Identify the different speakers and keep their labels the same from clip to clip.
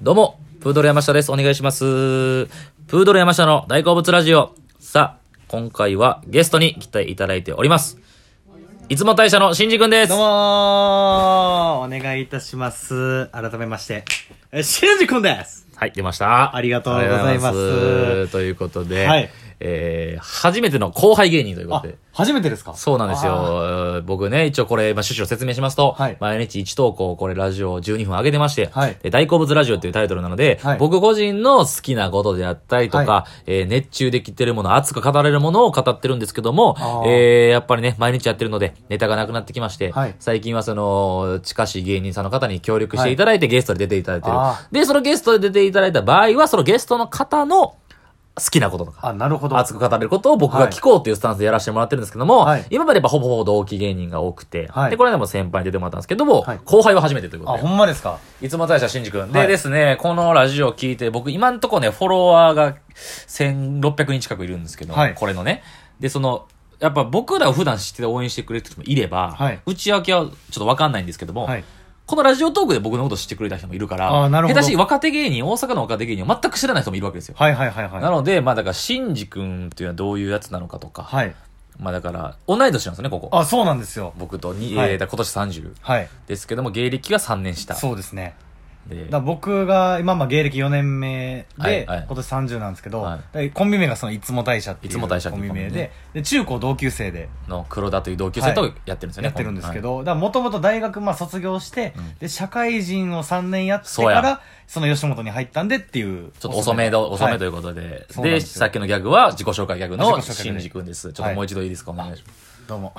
Speaker 1: どうも、プードル山下です。お願いします。プードル山下の大好物ラジオ。さあ、今回はゲストに来ていただいております。いつも大社の新次君です
Speaker 2: どう。もーお願いいたします。改めまして。え、しんじくんです
Speaker 1: はい、出ました。
Speaker 2: ありがとうございます
Speaker 1: ありがとうございまということで、
Speaker 2: はい
Speaker 1: えー、初めての後輩芸人というこ
Speaker 2: あ
Speaker 1: とで。、
Speaker 2: 初めてですか
Speaker 1: そうなんです
Speaker 2: あー。
Speaker 1: よ。えー僕ね、一応これ、まあ、趣旨を説明しますと、
Speaker 2: はい
Speaker 1: 毎日1投稿、これラジオ12分上げてまして、
Speaker 2: はい
Speaker 1: で大好物ラジオっていうタイトルなので、
Speaker 2: はい
Speaker 1: 僕個人の好きなことであったりとか、
Speaker 2: は
Speaker 1: えー熱中できてるもの、熱く語れるものを語ってるんですけども
Speaker 2: あ、ー
Speaker 1: えーやっぱりね、毎日やってるので、ネタがなくなってきまして、
Speaker 2: はい
Speaker 1: 最近はその、近しい芸人さんの方に協力していただいて、ゲストで出ていただいてる
Speaker 2: あ。
Speaker 1: で、そのゲストで出ていただいた場合は、そのゲストの方の好きなこととか、
Speaker 2: あ、なるほど。
Speaker 1: 熱く語れることを僕が聞こうっていうスタンスでやらせてもらってるんですけども、
Speaker 2: はい
Speaker 1: 今までやっぱほぼほぼ同期芸人が多くて、
Speaker 2: はい
Speaker 1: で、これでも先輩に出てもらったんですけども、
Speaker 2: はい
Speaker 1: 後輩は初めてということ
Speaker 2: あ、
Speaker 1: で。
Speaker 2: ほんまですか
Speaker 1: いつも大社新宿君。で
Speaker 2: はい
Speaker 1: ですね、このラジオを聞いて、僕今んとこね、フォロワーが1600人近くいるんですけど、
Speaker 2: はい
Speaker 1: これのね。で、その、やっぱ僕らを普段知って応援してくれてる人もいれば、
Speaker 2: はい
Speaker 1: 内訳はちょっとわかんないんですけども、
Speaker 2: はい。
Speaker 1: このラジオトークで僕のこと知ってくれた人もいるから、
Speaker 2: あーなるほど
Speaker 1: 下手し若手芸人、大阪の若手芸人を全く知らない人もいるわけですよ。
Speaker 2: はいはいはいはい。
Speaker 1: なので、まあだから、シンジ君っていうのはどういうやつなのかとか、
Speaker 2: はい。
Speaker 1: まあだから、同い年なんですよね、ここ。
Speaker 2: あ、そうなんですよ。
Speaker 1: 僕とに、
Speaker 2: はい
Speaker 1: えーだから今年30
Speaker 2: はい。
Speaker 1: ですけども、芸歴が3年下。
Speaker 2: そうですね。
Speaker 1: で
Speaker 2: だから僕が、今、まあ、芸歴4年目で、
Speaker 1: はいはい
Speaker 2: 今年30なんですけど、
Speaker 1: はい
Speaker 2: でコンビ名がその、いつも大社ってい
Speaker 1: いつも大社っ
Speaker 2: う
Speaker 1: て
Speaker 2: コ
Speaker 1: いう
Speaker 2: ンビ名
Speaker 1: コンビ
Speaker 2: で
Speaker 1: ね、
Speaker 2: で、中高同級生で
Speaker 1: の黒田という同級生とやってるんですよね。
Speaker 2: やってるんですけ
Speaker 1: はい
Speaker 2: ど、だからもともと大学、まあ、卒業して、
Speaker 1: ん
Speaker 2: で、社会人を3年やって
Speaker 1: そう
Speaker 2: か
Speaker 1: や
Speaker 2: ら、その吉本に入ったんでっていう。
Speaker 1: ちょっと遅めの、遅めとい
Speaker 2: いう
Speaker 1: ことで。
Speaker 2: そうなん
Speaker 1: で、
Speaker 2: ですよ
Speaker 1: さっきのギャグは自己紹介ギャグの
Speaker 2: 自己紹介ギャ
Speaker 1: シ
Speaker 2: グ
Speaker 1: ンジ君です。ちょっともう一度いいですか、お願いします。
Speaker 2: う。どうも。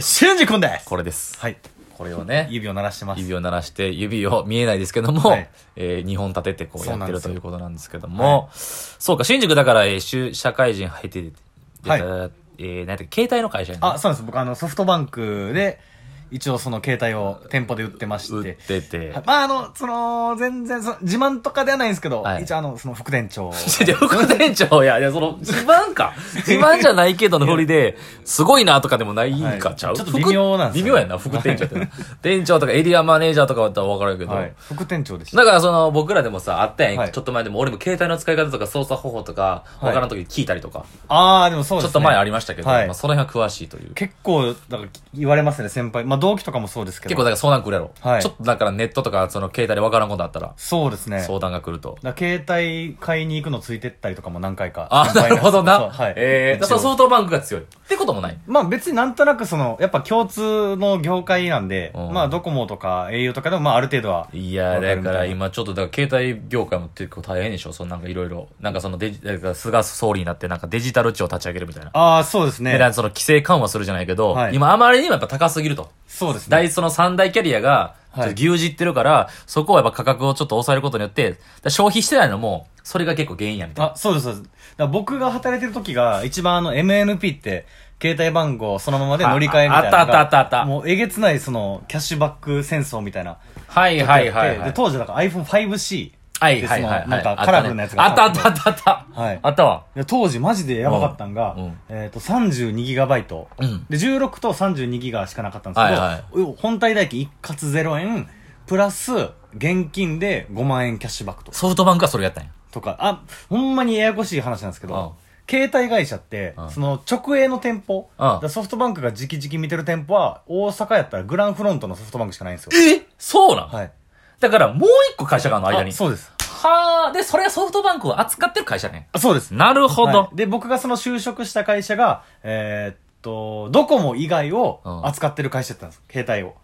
Speaker 2: しゅんじくんです
Speaker 1: これです。
Speaker 2: はい。
Speaker 1: これをね、
Speaker 2: 指を鳴らしてます。
Speaker 1: 指を鳴らして、指を見えないですけども、
Speaker 2: はい
Speaker 1: えー、2本立ててこうや
Speaker 2: そう
Speaker 1: っ
Speaker 2: な
Speaker 1: て
Speaker 2: んで
Speaker 1: る
Speaker 2: す
Speaker 1: と
Speaker 2: よ
Speaker 1: いうことなんですけども、そうか、新宿だから、えー、就社会人入ってて、
Speaker 2: はい
Speaker 1: えー、なんて携帯の会社にね
Speaker 2: あ、そうなんです。僕、あの、ソフトバンクで、一応その携帯を店舗で売ってまし。
Speaker 1: 売っててて。
Speaker 2: まあ、あの、その、全然、その、自慢とかではないんですけど、
Speaker 1: はい
Speaker 2: 一応あの、その、副 店長。
Speaker 1: ちょちょ 副店長、いや、いや、その、自慢か。自慢じゃないけどの振りで、すごいなとかでもないんか、
Speaker 2: はい
Speaker 1: ちゃう
Speaker 2: ちょっと微妙なんです
Speaker 1: 副微
Speaker 2: よね
Speaker 1: 妙やな、副店長って。店長とかエリアマネージャーとかだったら分からんけど。
Speaker 2: はい。副店長でした。
Speaker 1: だから、その、僕らでもさ、あったやん、
Speaker 2: はい
Speaker 1: ちょっと前でも、俺も携帯の使い方とか操作方法とか、
Speaker 2: はい
Speaker 1: 分からん時に聞いたりとか、
Speaker 2: あー、でもそう
Speaker 1: ち
Speaker 2: で
Speaker 1: ょ
Speaker 2: すね。
Speaker 1: っと前ありましたけど、
Speaker 2: はい
Speaker 1: まあ、その辺は詳しいという。
Speaker 2: 結構、だから、言われますね、先輩。まあ、同期とかもそうですけど。
Speaker 1: 結構、だから相談来るやろ。
Speaker 2: はい
Speaker 1: ちょっと、だからネットとか、その、携帯で分からんことあったら、
Speaker 2: そうですね。
Speaker 1: 相談が来る と。
Speaker 2: だから携帯買いに行くのついてったりとかも何回か。
Speaker 1: あ、なるほど
Speaker 2: そう
Speaker 1: な。
Speaker 2: はい。
Speaker 1: えー、だ
Speaker 2: 一
Speaker 1: か
Speaker 2: 応
Speaker 1: らソフトバンクが強い。ってこともない。
Speaker 2: まあ別になんとなくその、やっぱ共通の業界なんで、
Speaker 1: うん
Speaker 2: まあドコモとか au とかでもまあある程度は。
Speaker 1: いや
Speaker 2: わかる
Speaker 1: だ
Speaker 2: み
Speaker 1: か
Speaker 2: たいな
Speaker 1: ら今ちょっとだから携帯業界も結構大変でしょそのなんかいろいろなんかそのデジだから菅総理になってなんかデジタル庁を立ち上げるみたいな、
Speaker 2: ああ、そうです
Speaker 1: でなん
Speaker 2: ね
Speaker 1: か。その規制緩和するじゃないけど、
Speaker 2: はい
Speaker 1: 今あまりにもやっぱ高すぎると
Speaker 2: そうですね。
Speaker 1: 大その三大キャリアがちょっ
Speaker 2: は
Speaker 1: と牛
Speaker 2: い
Speaker 1: 耳ってるから、そこをやっぱ価格をちょっと抑えることによってだから消費してないのもそれが結構原因やみたいな
Speaker 2: あ、そうです、そうです。だから僕が働いてる時が一番あの MNP って、携帯番号そのままで乗り換えみたいなのが
Speaker 1: ああったあったあったあった
Speaker 2: もうえげつないそのキャッシュバック戦争みたいな。
Speaker 1: はいはいはいは
Speaker 2: で、
Speaker 1: い
Speaker 2: 当時だから iPhone5C。
Speaker 1: はいはいはい
Speaker 2: でそのなんか
Speaker 1: あったね
Speaker 2: カラフルなやつが
Speaker 1: あったあったあったあった、
Speaker 2: はい
Speaker 1: あったわ
Speaker 2: で当時マジでやばかったんが、
Speaker 1: うんうん
Speaker 2: えっ、と、32GB、
Speaker 1: うん
Speaker 2: で、16と 32GB しかなかったんですけど、
Speaker 1: はい
Speaker 2: 本体代金一括0円、プラス、現金で5万円キャッシュバックとか、
Speaker 1: ソフトバンクはそれやったんや
Speaker 2: とか、あ、ほんまにややこしい話なんですけど、携帯会社って、
Speaker 1: うん
Speaker 2: その直営の店舗、
Speaker 1: うん
Speaker 2: だからソフトバンクが直々見てる店舗は、大阪やったらグランフロントのソフトバンクしかないんですよ。
Speaker 1: えそうなん、
Speaker 2: はい。
Speaker 1: だからもう一個会社があるの間に
Speaker 2: あそうです。
Speaker 1: はあ、で、それはソフトバンクを扱ってる会社ね。
Speaker 2: あそうです。
Speaker 1: なるほど。
Speaker 2: はいで、僕がその就職した会社が、えーっと、ドコモ以外を
Speaker 1: うん
Speaker 2: 扱ってる会社だったんです。携帯を。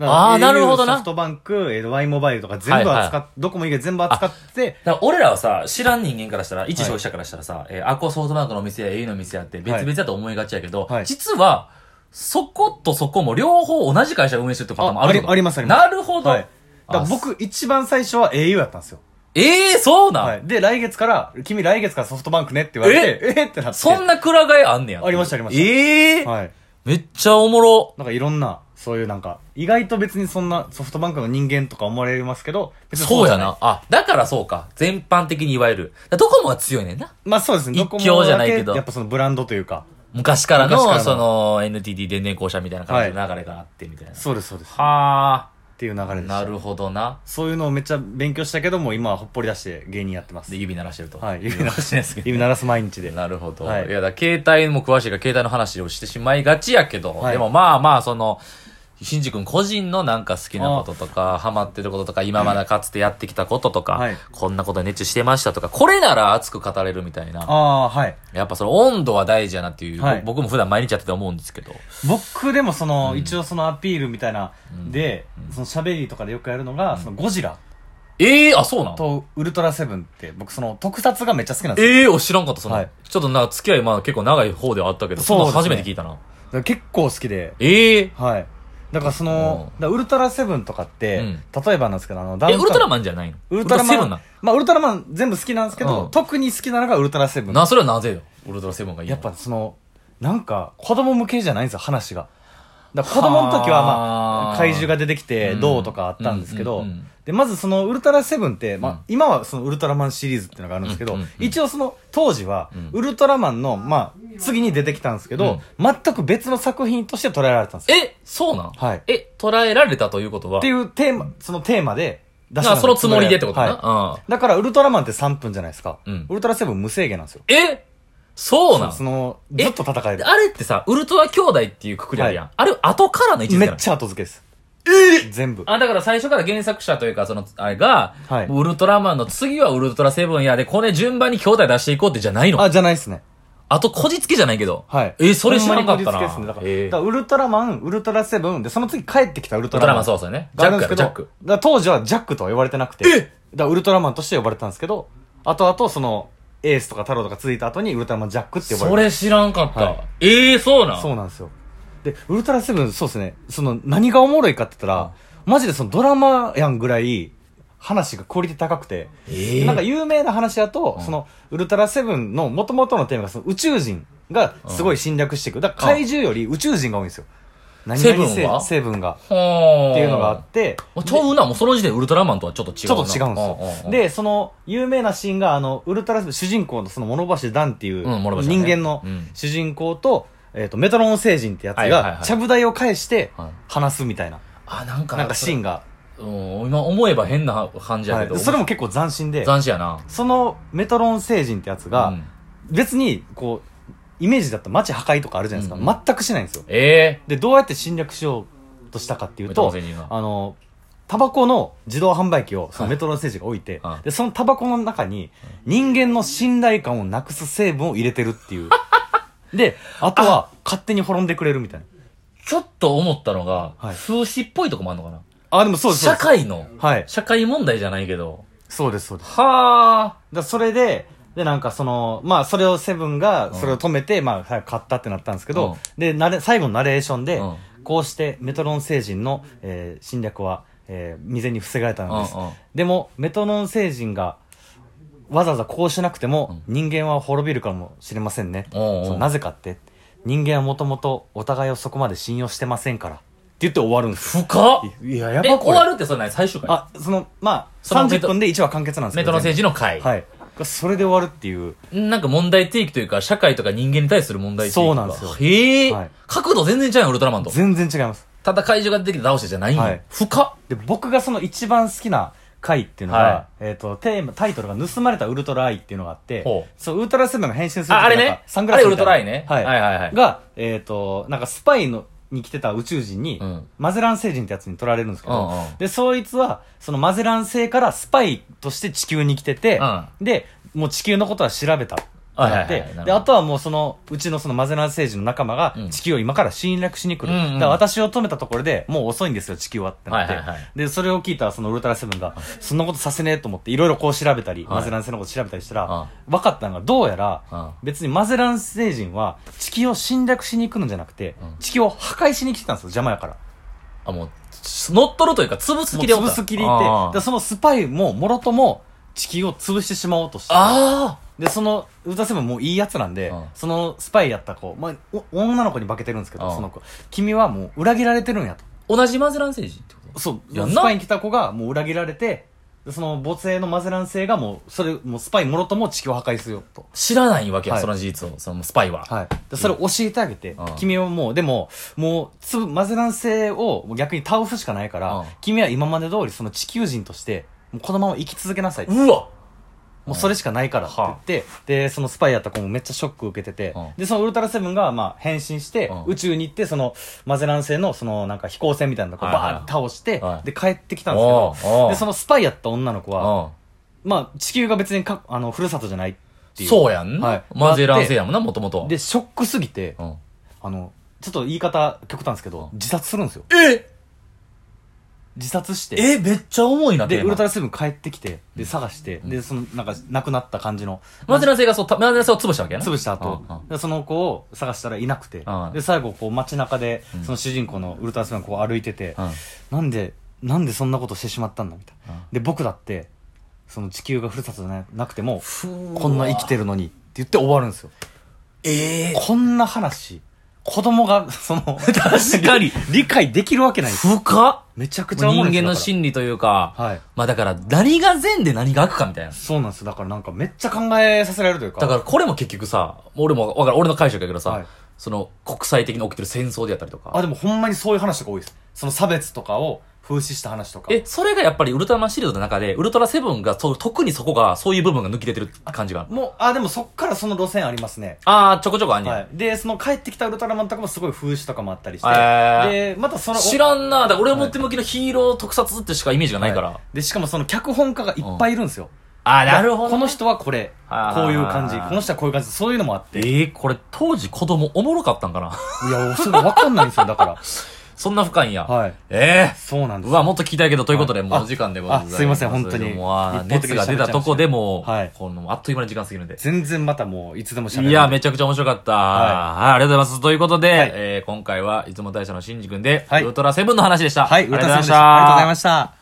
Speaker 1: あー
Speaker 2: だから
Speaker 1: なるほどな
Speaker 2: au ソフトバンク、えー、Y モバイルとか全部
Speaker 1: はい
Speaker 2: 扱っ、ドコモ以外全部扱って、
Speaker 1: だから俺らはさ、知らん人間からしたら、一消費者からしたらさ、えー、アコソフトバンクの店や au の店やって別々だと思いがちやけど、
Speaker 2: はい
Speaker 1: 実は、そことそこも両方同じ会社が運営してるってパターンもあるってこと
Speaker 2: あありますあります
Speaker 1: なるほど。
Speaker 2: はい。だから僕一番最初は au やったんですよ。
Speaker 1: ええー、そうなん、
Speaker 2: はい。で、来月から、君来月からソフトバンクねって言われて、えーってなって。
Speaker 1: そんなくら替えあんねや。
Speaker 2: ありましたありました
Speaker 1: ええー
Speaker 2: はい。
Speaker 1: めっちゃおもろ。
Speaker 2: なんかいろんな、そういうなんか、意外と別にそんなソフトバンクの人間とか思われますけど、別に
Speaker 1: そう
Speaker 2: じ
Speaker 1: や
Speaker 2: ゃい。
Speaker 1: な。あ、だからそうか。全般的にいわゆる。だからドコモは強いねんな。
Speaker 2: まあそうですね。
Speaker 1: 一
Speaker 2: ドコモ
Speaker 1: 強じゃない
Speaker 2: だ
Speaker 1: けど
Speaker 2: やっぱそのブランドというか。
Speaker 1: 昔からの、
Speaker 2: 昔からの
Speaker 1: その、NTT 電電公社みたいな感じの流れがあって、みたいな。
Speaker 2: そうです、そうです。
Speaker 1: はあ。
Speaker 2: っていう流れでした
Speaker 1: なるほどな。
Speaker 2: そういうのをめっちゃ勉強したけども今はほっぽり出して芸人やってます
Speaker 1: で、指鳴らしてると。
Speaker 2: はい指鳴ら
Speaker 1: してないですけど。
Speaker 2: 指鳴らす毎日で
Speaker 1: なるほど。
Speaker 2: はい
Speaker 1: い、や、だから携帯も詳しいから携帯の話をしてしまいがちやけど、
Speaker 2: はい
Speaker 1: でもまあまあ、その、しんじ君個人のなんか好きなこととか、ハマってることとか、今まだかつてやってきたこととか、
Speaker 2: はい
Speaker 1: こんなことに熱中してましたとか、これなら熱く語れるみたいな。
Speaker 2: ああーはい
Speaker 1: やっぱその温度は大事やなっていう、
Speaker 2: はい
Speaker 1: ぼ僕も普段毎日やってて思うんですけど。
Speaker 2: 僕でもその、一応そのアピールみたいな、で、その喋りとかでよくやるのが、そのゴジラ
Speaker 1: ええあ、そうなの
Speaker 2: とウルトラセブンって、僕その特撮がめっちゃ好きなんですよ。
Speaker 1: ええお知らんかった、その、
Speaker 2: はい
Speaker 1: ちょっとなんか付き合い、まあ結構長い方ではあったけど、そんなの
Speaker 2: そうです
Speaker 1: 初
Speaker 2: ね
Speaker 1: めて聞いたな。
Speaker 2: だから結構好きで、
Speaker 1: ええ
Speaker 2: はい。だからその、
Speaker 1: う
Speaker 2: だからウルトラセブンとかって、
Speaker 1: うん
Speaker 2: 例えばなんですけど、あの、ダ
Speaker 1: え、ウルトラ
Speaker 2: ン、
Speaker 1: マンじゃないの
Speaker 2: ウルトラ
Speaker 1: セブ
Speaker 2: マ
Speaker 1: ン
Speaker 2: ン
Speaker 1: な、
Speaker 2: まあウルトラマン全部好きなんですけど、
Speaker 1: うん
Speaker 2: 特に好きなのがウルトラセブ
Speaker 1: の
Speaker 2: ン。
Speaker 1: な、それはなぜよ。ウルトラセブンがいいの
Speaker 2: やっぱその、なんか子供向けじゃないんですよ、話が。だから子供の時はま
Speaker 1: は
Speaker 2: あ、
Speaker 1: ー
Speaker 2: 怪獣が出てきて、
Speaker 1: うん
Speaker 2: どうとかあったんですけ
Speaker 1: う
Speaker 2: ど
Speaker 1: んうんうん、
Speaker 2: で、まずそのウルトラセブンって、ま
Speaker 1: う
Speaker 2: あ
Speaker 1: ん、
Speaker 2: 今はそのウルトラマンシリーズっていうのがあるんですけ
Speaker 1: う
Speaker 2: ど
Speaker 1: んうん、うん
Speaker 2: 一応その当時は
Speaker 1: ん、
Speaker 2: ウルトラマンの、まあ、次に出てきたんですけど、全く別の作品として捉えられたんですよ。
Speaker 1: え、そうなん
Speaker 2: はい
Speaker 1: え、捉えられたということは。
Speaker 2: って
Speaker 1: う。
Speaker 2: いうテーマ、そのテーマで出した
Speaker 1: あ、
Speaker 2: のが
Speaker 1: そのつもりでってこと
Speaker 2: はい
Speaker 1: な。う
Speaker 2: だからウルトラマンって3分じゃないですか
Speaker 1: うん。
Speaker 2: ウルトラセブン無制限なんですよ。
Speaker 1: ん。え、そうなん
Speaker 2: その、
Speaker 1: え
Speaker 2: ずっと戦える。
Speaker 1: あれってさ、ウルトラ兄弟っていうくくりあるやん。
Speaker 2: は
Speaker 1: あれ、後からの位置づけ
Speaker 2: め
Speaker 1: な
Speaker 2: っ
Speaker 1: の
Speaker 2: ちゃ後付けです。全部。
Speaker 1: あ、だから最初から原作者というか、その、あれが、
Speaker 2: はい
Speaker 1: ウルトラマンの次はウルトラセブンやで、これ順番に兄弟出していこうってじゃないのあ
Speaker 2: あ、じゃないですね。
Speaker 1: と、こじつけじゃないけど。
Speaker 2: はい。
Speaker 1: え、それ知らんかったな。
Speaker 2: ほんまにこじつけですねだから、
Speaker 1: えー
Speaker 2: だからウルトラマン、ウルトラセブンで、その次帰ってきたウル
Speaker 1: ウ
Speaker 2: ト
Speaker 1: ルト
Speaker 2: ラ
Speaker 1: ラ
Speaker 2: マ
Speaker 1: マ
Speaker 2: ン。
Speaker 1: ンそうですよね。ジ
Speaker 2: が
Speaker 1: ャ
Speaker 2: あ
Speaker 1: ッ
Speaker 2: る
Speaker 1: ク
Speaker 2: んです
Speaker 1: やろ
Speaker 2: け
Speaker 1: ジャ
Speaker 2: ど
Speaker 1: ック。
Speaker 2: だから当時はジャックとは呼ばれてなくて。
Speaker 1: え
Speaker 2: だからウルトラマンとして呼ばれたんですけど、後々その、エースとか太郎とか続いた後にウルトラマンジャックって呼ばれ
Speaker 1: そ
Speaker 2: る。
Speaker 1: れ知らんかった。
Speaker 2: はい
Speaker 1: ええそうなん
Speaker 2: そうなんですよ。で、ウルトラセブン、そうですね。その、何がおもろいかって言ったら、マジでそのドラマやんぐらい、話がクオリティ高くて、
Speaker 1: ええ
Speaker 2: なんか有名な話だと、そのウルトラセブンの元々のテーマがその宇宙人がすごい侵略していく。だから怪獣より宇宙人が多いんですよ。何
Speaker 1: セブン
Speaker 2: 々せ
Speaker 1: は
Speaker 2: 成分が。
Speaker 1: ほー
Speaker 2: っていうのがあって、
Speaker 1: あちょうな、もうその時点でウルトラマンとはちょっと違うな。
Speaker 2: ちょっと違うんですよ。
Speaker 1: で、
Speaker 2: で、その、有名なシーンが、あの、ウルトラセブン、主人公のその、諸橋ダンっていう、
Speaker 1: うん諸橋ダンね
Speaker 2: 人間の
Speaker 1: うん
Speaker 2: 主人公と、えっと、メトロン星人ってやつ
Speaker 1: はいはいは
Speaker 2: が
Speaker 1: い、
Speaker 2: ちゃぶ台を返して
Speaker 1: はい、
Speaker 2: 話すみたいな、
Speaker 1: あ、なんか、
Speaker 2: なんかシーンが。
Speaker 1: それうん、今思えば変な感じや
Speaker 2: は
Speaker 1: け
Speaker 2: い
Speaker 1: ど。
Speaker 2: でそれも結構斬新で、
Speaker 1: 斬新やな。
Speaker 2: その、メトロン星人ってやつ
Speaker 1: う
Speaker 2: が
Speaker 1: ん、
Speaker 2: 別に、こう、イメージだったら街破壊とかあるじゃないですか。
Speaker 1: うんうん
Speaker 2: 全くしないんですよ。
Speaker 1: え
Speaker 2: で、どうやって侵略しようとしたかって
Speaker 1: え
Speaker 2: いう
Speaker 1: メトロ
Speaker 2: と
Speaker 1: 星、人が
Speaker 2: あの、タバコの自動販売機をその
Speaker 1: はい
Speaker 2: メトロの政治が置いて、
Speaker 1: うん
Speaker 2: で、そのタバコの中に人間の信頼感をなくす成分を入れてるっ ていう。で、あとは勝手に滅んでくれるみたいな。
Speaker 1: ちょっと思ったのが、
Speaker 2: はい
Speaker 1: 風刺っぽいとこもあるのかな。
Speaker 2: あ、でもそうです。そう
Speaker 1: 社
Speaker 2: で
Speaker 1: 会
Speaker 2: す
Speaker 1: の、
Speaker 2: はい。
Speaker 1: 社会問題じゃないけど。
Speaker 2: そうです、そうです。だか
Speaker 1: はあ。
Speaker 2: らそれで、で、なんかその、まあ、それをセブンが、それを止めて、まあ、早く勝ったってなったんですけど、で、なれ、最後のナレーションで、
Speaker 1: うん
Speaker 2: こうしてメトロン星人の、えー侵略は、えー未然に防がれたのです。
Speaker 1: うんうん
Speaker 2: でも、メトロン星人が、わざわざこうしなくても、人間は滅びるかもしれませんね。
Speaker 1: おうおう
Speaker 2: そうなぜかって、人間はもともとお互いをそこまで信用してませんから。って言って終わるんです。
Speaker 1: 深っ
Speaker 2: いや、や
Speaker 1: え、
Speaker 2: ばこ
Speaker 1: 終
Speaker 2: れ
Speaker 1: わるってそれない最終回
Speaker 2: あ、その、まあ、
Speaker 1: そのメ
Speaker 2: 30
Speaker 1: ト
Speaker 2: 分で1話完結なんです
Speaker 1: メ
Speaker 2: け
Speaker 1: ト
Speaker 2: ど。
Speaker 1: ロ政
Speaker 2: 治
Speaker 1: 治の回。
Speaker 2: はい。それで終わるっていう。
Speaker 1: なんか問題提起というか、社会とか人間に対する問題提起と
Speaker 2: そ
Speaker 1: か。
Speaker 2: うなんですよ
Speaker 1: へえ、
Speaker 2: はい
Speaker 1: 角度全然違うよ、ウルトラマンと。
Speaker 2: 全然違います。
Speaker 1: ただ怪獣が出てきて倒してじゃないんよ、
Speaker 2: はい
Speaker 1: 深っ
Speaker 2: で、僕がその一番好きな回っていうのが、
Speaker 1: は
Speaker 2: えっ、と、テーマ、タイトルが盗まれたウルトラアイっていうのがあって
Speaker 1: ほう、
Speaker 2: そう、ウルトラセブンが変身する時
Speaker 1: あ、あれ
Speaker 2: なん
Speaker 1: ね
Speaker 2: か。サングラスみたいな
Speaker 1: あれウルトラアイね
Speaker 2: はい。
Speaker 1: はいはいはい
Speaker 2: が、えっ、と、なんかスパイの、に来てた宇宙人に、
Speaker 1: うん
Speaker 2: マゼラン星人ってやつに取られるんですけど、
Speaker 1: うんうん
Speaker 2: で、そいつは、そのマゼラン星からスパイとして地球に来てて、
Speaker 1: う
Speaker 2: で、もう地球のことは調べた。
Speaker 1: はいはいはい
Speaker 2: で
Speaker 1: なるほど
Speaker 2: で、あとはもうその、うちのそのマゼラン星人の仲間が
Speaker 1: うん、
Speaker 2: 地球を今から侵略しに来る。
Speaker 1: うんうん
Speaker 2: だから私を止めたところで、もう遅いんですよ、地球はってなって。
Speaker 1: はいはいはい
Speaker 2: で、それを聞いたそのウルトラセブンが、そんなことさせねえと思って、いろいろこう調べたり、
Speaker 1: はい
Speaker 2: マゼラン星のこと調べたりした
Speaker 1: うん
Speaker 2: ら、分かったのが、どうや
Speaker 1: うん
Speaker 2: ら、別にマゼラン星人は、地球を侵略しに行くんじゃなくて
Speaker 1: うん、
Speaker 2: 地球を破壊しに来てたんですよ、邪魔やから。
Speaker 1: あ、もう、乗っ取るというか、潰す
Speaker 2: も
Speaker 1: 気
Speaker 2: う
Speaker 1: でおった
Speaker 2: 潰す切りで、だ
Speaker 1: あ
Speaker 2: か
Speaker 1: ー
Speaker 2: らそのスパイも、もろとも、地球を潰してしまおうとして。
Speaker 1: あ
Speaker 2: で、その、ウルトラセブンもういいやつなんで、
Speaker 1: うん
Speaker 2: そのスパイやった子、まあ、お女の子に化けてるんですけど、
Speaker 1: うん
Speaker 2: その子、君はもう裏切られてるんやと。
Speaker 1: ー同じマゼラン星人ってこと
Speaker 2: そう、
Speaker 1: やんな
Speaker 2: スパイに来た子がもう裏切られて、その母性のマゼラン性がもう、それ、もうスパイもろとも地球を破壊するよ、と。
Speaker 1: 知らないわけや、
Speaker 2: はい
Speaker 1: その事実を、そのスパイは。
Speaker 2: はい。でそれを教えてあげて、
Speaker 1: うん
Speaker 2: 君はもう、でも、もう、つぶ、マゼラン性をもう逆に倒すしかないから、
Speaker 1: うん
Speaker 2: 君は今まで通りその地球人として、もうこのまま生き続けなさい。も
Speaker 1: うわ
Speaker 2: うそれしかないからって言って、で、そのスパイやった子もめっちゃショック受けてて、
Speaker 1: うん
Speaker 2: で、そのウルトラセブンが、まあ、変身して、
Speaker 1: うん
Speaker 2: 宇宙に行って、その、マゼラン星の、その、なんか飛行船みたいなのをこう
Speaker 1: はいはい
Speaker 2: バーって倒して、
Speaker 1: はい
Speaker 2: で、帰ってきたんですけど
Speaker 1: おうお、う
Speaker 2: で、そのスパイやった女の子は、
Speaker 1: う
Speaker 2: まあ、地球が別にか、あの、ふるさとじゃないって
Speaker 1: ん。
Speaker 2: いう。
Speaker 1: そうやん
Speaker 2: はい
Speaker 1: な。マゼラン製やもんな、もともと。
Speaker 2: で、ショックすぎて、
Speaker 1: うん、
Speaker 2: あの、ちょっと言い方極端ですけど、
Speaker 1: うん
Speaker 2: 自殺するんですよ。
Speaker 1: え
Speaker 2: 自殺して。
Speaker 1: えめっちゃ重いな、
Speaker 2: で、
Speaker 1: テー
Speaker 2: ウ
Speaker 1: マ
Speaker 2: ルトラセブン帰ってきて、で、探して、
Speaker 1: ん
Speaker 2: で、その、なんか、亡くなった感じの、
Speaker 1: マゼラン製がそう、たマゼラン製を潰したわけやな。
Speaker 2: 潰した後
Speaker 1: うんうん、
Speaker 2: でその子を探したらいなくて
Speaker 1: うん、
Speaker 2: で、最後、こう、街中で
Speaker 1: うん、
Speaker 2: その主人公のウルトラセブンがこう歩いてて
Speaker 1: う、ん
Speaker 2: なんで、なんでそんなことしてしまったんだ、みたい
Speaker 1: うん
Speaker 2: な。で、僕だって、その地球がふるさとじゃなくても、
Speaker 1: ふわ
Speaker 2: こんな生きてるのに、って言って終わるんですよ。
Speaker 1: ええ
Speaker 2: こんな話、子供が、 その、
Speaker 1: 確かに
Speaker 2: 理解できるわけないです。
Speaker 1: 深っ
Speaker 2: めちゃくちゃおも
Speaker 1: 人
Speaker 2: ろいんで
Speaker 1: 間の
Speaker 2: すよだから
Speaker 1: 心理というか、
Speaker 2: はい
Speaker 1: まあだから何が善で何が悪かみたいな。
Speaker 2: そうなんですよだからなんかめっちゃ考えさせられるというか
Speaker 1: だからこれも結局さ、俺もわかる、俺の解釈やけどさ、
Speaker 2: はい
Speaker 1: その国際的に起きてる戦争であったりと
Speaker 2: あ
Speaker 1: か。
Speaker 2: でもほんまにそういう話とか多いですその差別とかを風刺した話とか
Speaker 1: え、それがやっぱりウルトラマンシリーズの中で、ウルトラセブンがそう特にそこが、そういう部分が抜き出てる感じがある。
Speaker 2: もうあでもそっからその路線ありますね
Speaker 1: あー、ちょこちょこあんねん。
Speaker 2: はい、でその帰ってきたウルトラマンとかもすごい風刺とかもあったりして、
Speaker 1: へー
Speaker 2: でまたその
Speaker 1: 知
Speaker 2: ん
Speaker 1: らんなだから俺表向きのヒーロー特撮ってしかイメージがないから。
Speaker 2: でしかもその脚本家がいっぱいいるんですよ、
Speaker 1: あー、
Speaker 2: だから
Speaker 1: なるほど。
Speaker 2: この。人はこれ
Speaker 1: あー
Speaker 2: こういう感じこの人はこういう感じそういうのもあっ
Speaker 1: え
Speaker 2: てい
Speaker 1: ー、これ当時子供おもろかったんかな
Speaker 2: やそれ分かんないんですよだか
Speaker 1: そんな深いんや。
Speaker 2: らはい
Speaker 1: ええ
Speaker 2: そうなんで
Speaker 1: う
Speaker 2: す
Speaker 1: わ、もっと聞きたいけど、ということで、
Speaker 2: はい
Speaker 1: もうお時間でございます。
Speaker 2: あすいません本当に
Speaker 1: もうあー
Speaker 2: 一方的
Speaker 1: 熱
Speaker 2: に
Speaker 1: が出たとこでも、
Speaker 2: はい
Speaker 1: このあっという間に時間過ぎるんで。
Speaker 2: 全然またもういつでも喋れる
Speaker 1: いや、めちゃくちゃ面白かった。
Speaker 2: は
Speaker 1: はい、ありがとうございます。ということで、
Speaker 2: はい
Speaker 1: えー今回は、いつも大社のしんじくんで、
Speaker 2: はい
Speaker 1: ウルトラセブンの話でした。
Speaker 2: はい
Speaker 1: あり
Speaker 2: ウル
Speaker 1: がと
Speaker 2: ト
Speaker 1: うご
Speaker 2: ラ
Speaker 1: ざい
Speaker 2: セ
Speaker 1: まし
Speaker 2: ブンでしたありがとうござい
Speaker 1: た
Speaker 2: ま。した